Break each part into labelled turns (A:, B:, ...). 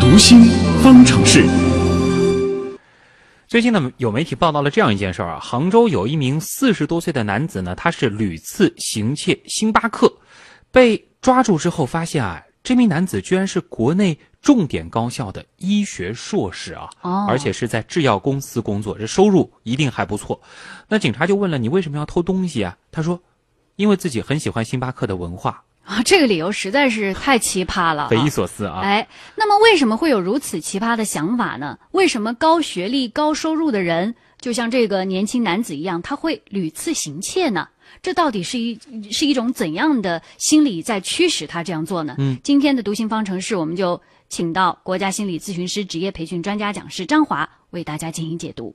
A: 读心方程式。
B: 最近呢，有媒体报道了这样一件事儿啊，杭州有一名四十多岁的男子呢，他是屡次行窃星巴克，被抓住之后发现啊，这名男子居然是国内重点高校的医学硕士啊，
C: 哦
B: 而且是在制药公司工作，这收入一定还不错。那警察就问了，你为什么要偷东西啊？他说，因为自己很喜欢星巴克的文化，
C: 啊，这个理由实在是太奇葩了、啊。
B: 匪夷所思啊。
C: 哎，那么为什么会有如此奇葩的想法呢？为什么高学历、高收入的人，就像这个年轻男子一样，他会屡次行窃呢？这到底是一是一种怎样的心理在驱使他这样做呢？
B: 嗯，
C: 今天的读心方程式，我们就请到国家心理咨询师职业培训专家讲师张华为大家进行解读。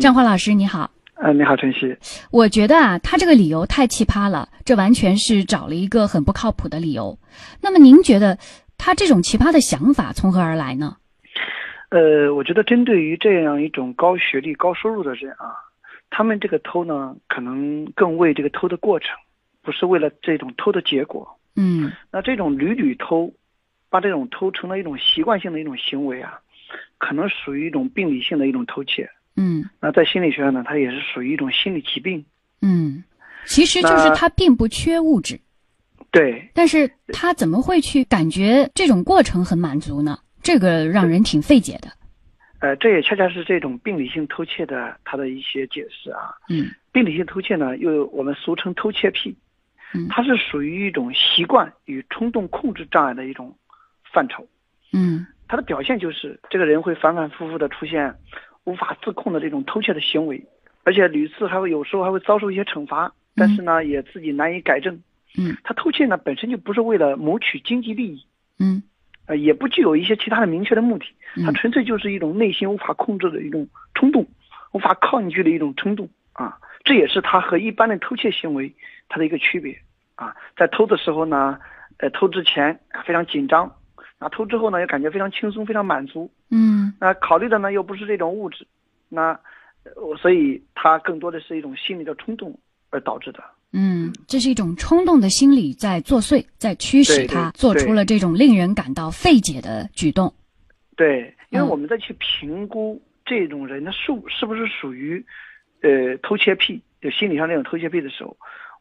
C: 张华老师，你好。
D: 嗯，你好，晨曦。
C: 我觉得啊，他这个理由太奇葩了，这完全是找了一个很不靠谱的理由。那么您觉得他这种奇葩的想法从何而来呢？
D: 呃，我觉得针对于这样一种高学历、高收入的人啊，他们这个偷呢，可能更为这个偷的过程，不是为了这种偷的结果。
C: 嗯
D: 那这种屡屡偷，把这种偷成了一种习惯性的一种行为啊，可能属于一种病理性的一种偷窃。
C: 嗯
D: 那在心理学上呢，它也是属于一种心理疾病。
C: 嗯，其实就是
D: 那
C: 他并不缺物质，
D: 对，
C: 但是他怎么会去感觉这种过程很满足呢？这个让人挺费解的。
D: 呃，这也恰恰是这种病理性偷窃的它的一些解释啊。
C: 嗯
D: 病理性偷窃呢，又我们俗称偷窃癖
C: 嗯，
D: 它是属于一种习惯与冲动控制障碍的一种范畴。
C: 嗯
D: 它的表现就是这个人会反反复复的出现无法自控的这种偷窃的行为，而且屡次还会有时候还会遭受一些惩罚，但是呢也自己难以改正。
C: 嗯
D: 他偷窃呢本身就不是为了谋取经济利益，
C: 嗯
D: 呃也不具有一些其他的明确的目的，它
C: 嗯
D: 纯粹就是一种内心无法控制的一种冲动，无法抗拒的一种冲动啊，这也是它和一般的偷窃行为它的一个区别啊。在偷的时候呢，呃，偷之前啊非常紧张，啊，偷之后呢又感觉非常轻松，非常满足，
C: 嗯
D: 那考虑的呢又不是这种物质，那呃我所以它更多的是一种心理的冲动而导致的。
C: 嗯，这是一种冲动的心理在作祟，在驱使
D: 对
C: 他
D: 对
C: 做
D: 对
C: 出了这种令人感到费解的举动。
D: 对，因为
C: 嗯
D: 我们在去评估这种人他是是不是属于，呃，偷窃癖，就心理上这种偷窃癖的时候，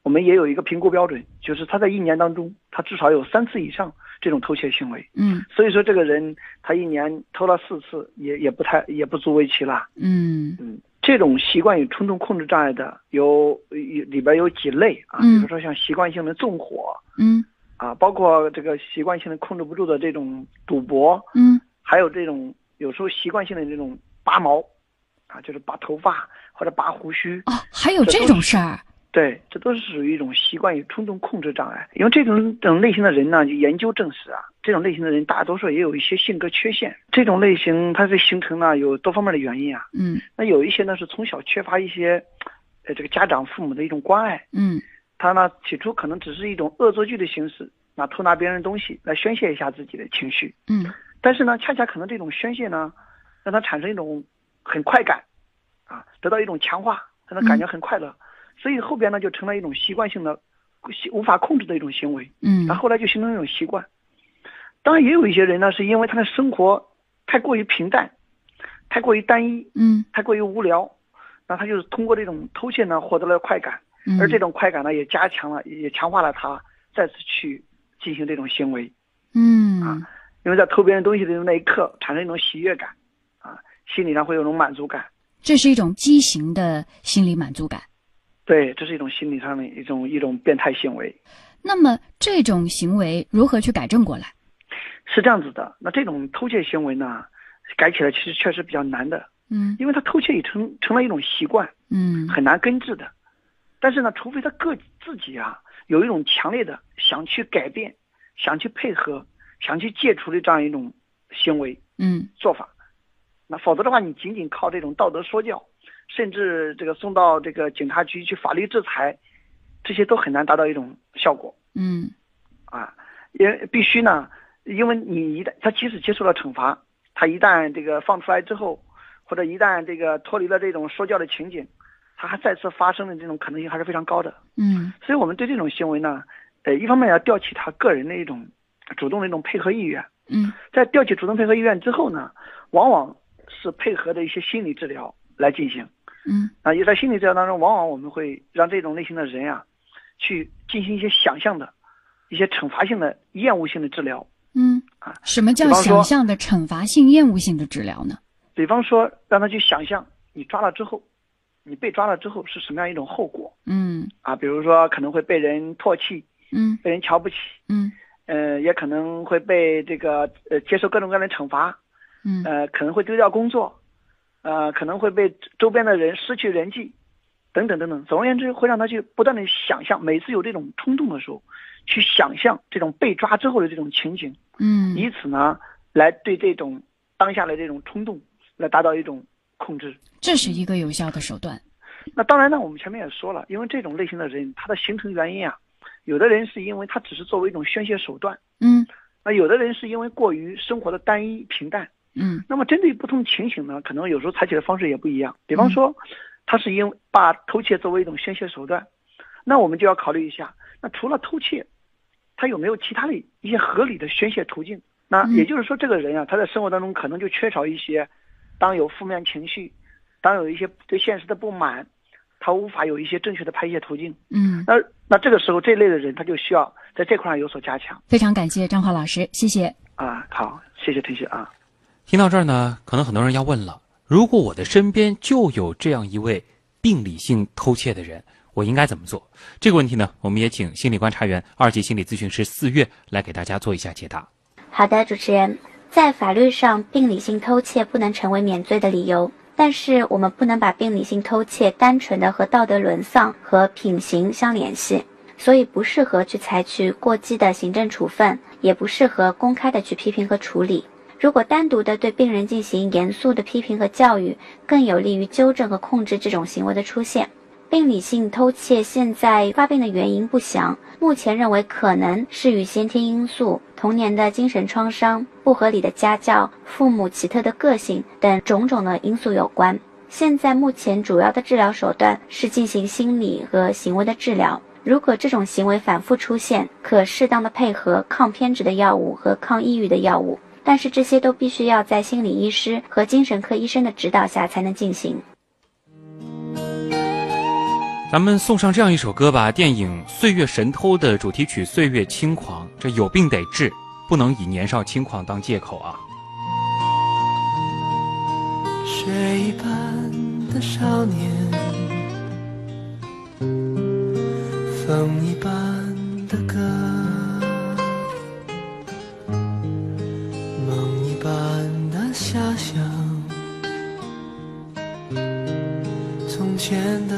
D: 我们也有一个评估标准，就是他在一年当中，他至少有三次以上这种偷窃行为。
C: 嗯
D: 所以说，这个人他一年偷了四次，也也不太也不足为奇啦。
C: 嗯。
D: 嗯，这种习惯与冲动控制障碍的有有里边有几类啊，
C: 嗯
D: 比如说像习惯性的纵火
C: 嗯
D: 啊，包括这个习惯性的控制不住的这种赌博，
C: 嗯
D: 还有这种有时候习惯性的这种拔毛，啊，就是拔头发或者拔胡须，
C: 哦，还有这种事儿，
D: 对，这都是属于一种习惯与冲动控制障碍。因为这种这种类型的人呢，研究证实啊，这种类型的人大多数也有一些性格缺陷。这种类型它的形成呢，有多方面的原因啊。
C: 嗯
D: 那有一些呢是从小缺乏一些，呃，这个家长父母的一种关爱，
C: 嗯
D: 他呢起初可能只是一种恶作剧的形式，那偷拿别人东西来宣泄一下自己的情绪。
C: 嗯
D: 但是呢，恰恰可能这种宣泄呢，让他产生一种很快感，啊，得到一种强化，让他感觉很快乐，所以后边呢就成了一种习惯性的、无法控制的一种行为，
C: 嗯
D: 然后后来就形成一种习惯。当然，也有一些人呢，是因为他的生活太过于平淡，太过于单一，
C: 嗯
D: 太过于无聊，那他就是通过这种偷窃呢获得了快感，
C: 嗯，
D: 而这种快感呢也加强了，也强化了他再次去进行这种行为。
C: 嗯
D: 啊因为在偷别人东西的那一刻产生一种喜悦感，啊，心理上会有一种满足感。
C: 这是一种畸形的心理满足感。
D: 对，这是一种心理上的一种一种变态行为，
C: 那么这种行为如何去改正过来？
D: 是这样子的。那这种偷窃行为呢，改起来其实确实比较难的，
C: 嗯
D: 因为他偷窃已成成了一种习惯，
C: 嗯
D: 很难根治的。但是呢，除非他个自己啊有一种强烈的想去改变、想去配合、想去戒除的这样一种行为，
C: 嗯
D: 做法。那否则的话，你仅仅靠这种道德说教，甚至这个送到这个警察局去法律制裁，这些都很难达到一种效果
C: 嗯
D: 啊。也必须呢，因为你一旦他即使接受了惩罚，他一旦这个放出来之后，或者一旦这个脱离了这种说教的情景，他还再次发生的这种可能性还是非常高的。
C: 嗯
D: 所以我们对这种行为呢，呃，一方面要吊起他个人的一种主动的一种配合意愿，
C: 嗯
D: 在调取主动配合意愿之后呢，往往是配合的一些心理治疗来进行。
C: 嗯
D: 啊，也在心理治疗当中，往往我们会让这种类型的人啊，去进行一些想象的、一些惩罚性的、厌恶性的治疗。
C: 嗯
D: 啊，
C: 什么叫
D: 比方说
C: 想象的惩罚性、厌恶性的治疗呢？
D: 比方说，让他去想象你抓了之后，你被抓了之后是什么样一种后果
C: 嗯
D: 啊？比如说，可能会被人唾弃，
C: 嗯
D: 被人瞧不起，
C: 嗯
D: 呃，也可能会被这个呃接受各种各样的惩罚，
C: 嗯
D: 呃，可能会丢掉工作，呃，可能会被周边的人失去人际，等等等等。总而言之，会让他去不断的想象，每次有这种冲动的时候，去想象这种被抓之后的这种情景，
C: 嗯，
D: 以此呢来对这种当下的这种冲动来达到一种控制。
C: 这是一个有效的手段。
D: 那当然呢，我们前面也说了，因为这种类型的人，他的形成原因啊，有的人是因为他只是作为一种宣泄手段，
C: 嗯
D: 那有的人是因为过于生活的单一平淡。
C: 嗯
D: 那么针对不同情形呢，可能有时候采取的方式也不一样。比方说，他是因为把偷窃作为一种宣泄手段，那我们就要考虑一下，那除了偷窃，他有没有其他的一些合理的宣泄途径？那
C: 嗯
D: 也就是说，这个人啊，他在生活当中可能就缺少一些，当有负面情绪，当有一些对现实的不满，他无法有一些正确的排泄途径。
C: 嗯，
D: 那那这个时候，这类的人他就需要在这块儿有所加强
C: 非常感谢张华老师，谢谢。
D: 啊。好，谢谢陈旭啊。
B: 听到这儿呢，可能很多人要问了：如果我的身边就有这样一位病理性偷窃的人，我应该怎么做？这个问题呢，我们也请心理观察员、二级心理咨询师四月来给大家做一下解答。
A: 好的，主持人，在法律上，病理性偷窃不能成为免罪的理由，但是我们不能把病理性偷窃单纯的和道德沦丧和品行相联系，所以不适合去采取过激的行政处分，也不适合公开的去批评和处理。如果单独的对病人进行严肃的批评和教育，更有利于纠正和控制这种行为的出现。病理性偷窃现在发病的原因不详，目前认为可能是与先天因素、童年的精神创伤、不合理的家教、父母奇特的个性等种种的因素有关。现在目前主要的治疗手段是进行心理和行为的治疗。如果这种行为反复出现，可适当的配合抗偏执的药物和抗抑郁的药物，但是这些都必须要在心理医师和精神科医生的指导下才能进行。
B: 咱们送上这样一首歌吧，电影《岁月神偷》的主题曲《岁月轻狂》，这有病得治，不能以年少轻狂当借口啊！
E: 水一般的少年，风一般的歌，梦一般的遐想，从前的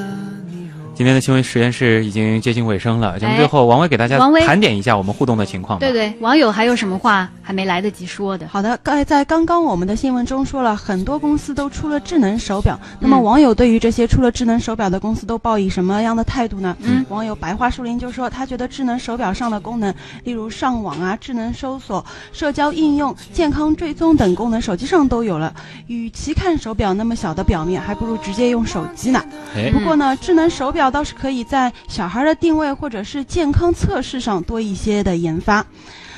E: 你容。
B: 今天的新闻实验室已经接近尾声了，节目
C: 哎
B: 最后，王伟给大家
C: 王伟
B: 盘点一下我们互动的情况吧。
C: 对对，网友还有什么话还没来得及说的？
F: 好的，刚在刚刚我们的新闻中说了，很多公司都出了智能手表。那么
C: 嗯
F: 网友对于这些出了智能手表的公司都抱以什么样的态度呢？
C: 嗯
F: 网友白桦树林就说，他觉得智能手表上的功能，例如上网啊、智能搜索、社交应用、健康追踪等功能，手机上都有了。与其看手表那么小的表面，还不如直接用手机呢。
C: 嗯
B: 哎
F: 不过呢，智能手表倒是可以在小孩的定位或者是健康测试上多一些的研发。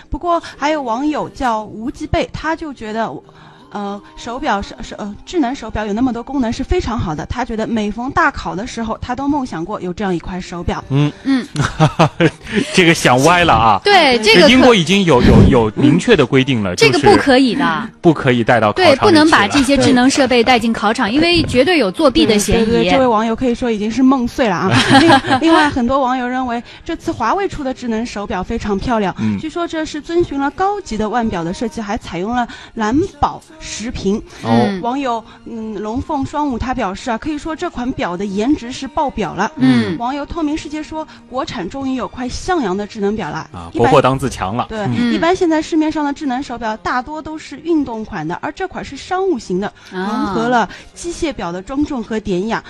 F: 不过还有网友叫无极贝，他就觉得。呃，手表是是呃，智能手表有那么多功能是非常好的。他觉得每逢大考的时候，他都梦想过有这样一块手表。
B: 嗯 这个想歪了啊！
C: 嗯对这个
B: 英
C: 可
B: 国已经有有有明确的规定了，
C: 这
B: 就
C: 个
B: 是
C: 不可以的，
B: 不可以带到考场
C: 对，
B: 里
C: 不能
B: 去
C: 把
B: 了
C: 这些智能设备带进考场，因啊为绝对有作弊的嫌疑。
F: 对对对，这位网友可以说已经是梦碎了啊。另另外，很多网友认为这次华为出的智能手表非常漂亮，
B: 嗯
F: 据说这是遵循了高级的腕表的设计，还采用了蓝宝石屏。
B: 哦，
F: 网友嗯龙凤双舞他表示啊，可以说这款表的颜值是爆表了。
C: 嗯
F: 网友透明世界说，国产终于有块像样的智能表了
B: 啊，
F: 一
B: 国
F: 般
B: 货当自强了。
F: 对，
B: 嗯
F: 一般现在市面上的智能手表大多都是运动款的，而这款是商务型的，融
C: 啊
F: 合了机械表的庄重和典雅，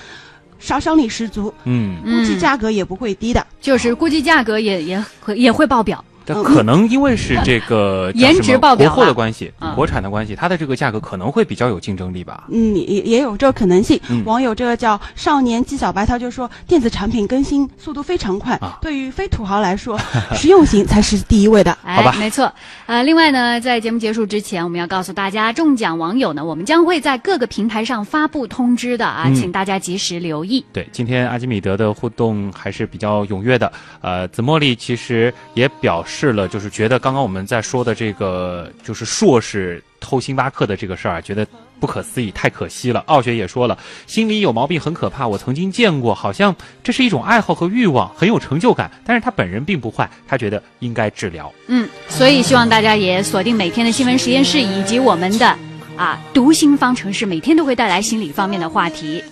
F: 杀伤力十足，
B: 嗯，
F: 估计
C: 嗯
F: 价格也不会低的。
C: 就是估计价格也也也会爆表。
B: 但可能因为是这个
C: 嗯 颜值爆表
B: 叫什么国货
C: 了
B: 的关系
C: 嗯，
B: 国产的关系，它的这个价格可能会比较有竞争力吧。
F: 嗯，也也有这个可能性。
B: 嗯
F: 网友这个叫“少年纪小白”，他就说电子产品更新速度非常快，
B: 啊
F: 对于非土豪来说，实用型才是第一位的。
C: 哎，
B: 好吧
C: 没错。呃，另外呢，在节目结束之前，我们要告诉大家，中奖网友呢，我们将会在各个平台上发布通知的啊，
B: 嗯
C: 请大家及时留意。
B: 对，今天阿基米德呃的互动还是比较踊跃的。呃，紫茉莉其实也表示了，就是觉得刚刚我们在说的这个，就是硕士偷星巴克的这个事儿啊，觉得不可思议，太可惜了。傲雪也说了，心里有毛病很可怕，我曾经见过，好像这是一种爱好和欲望，很有成就感，但是他本人并不坏，他觉得应该治疗。
C: 嗯，所以希望大家也锁定每天的新闻实验室以及我们的啊读心方程式，每天都会带来心理方面的话题。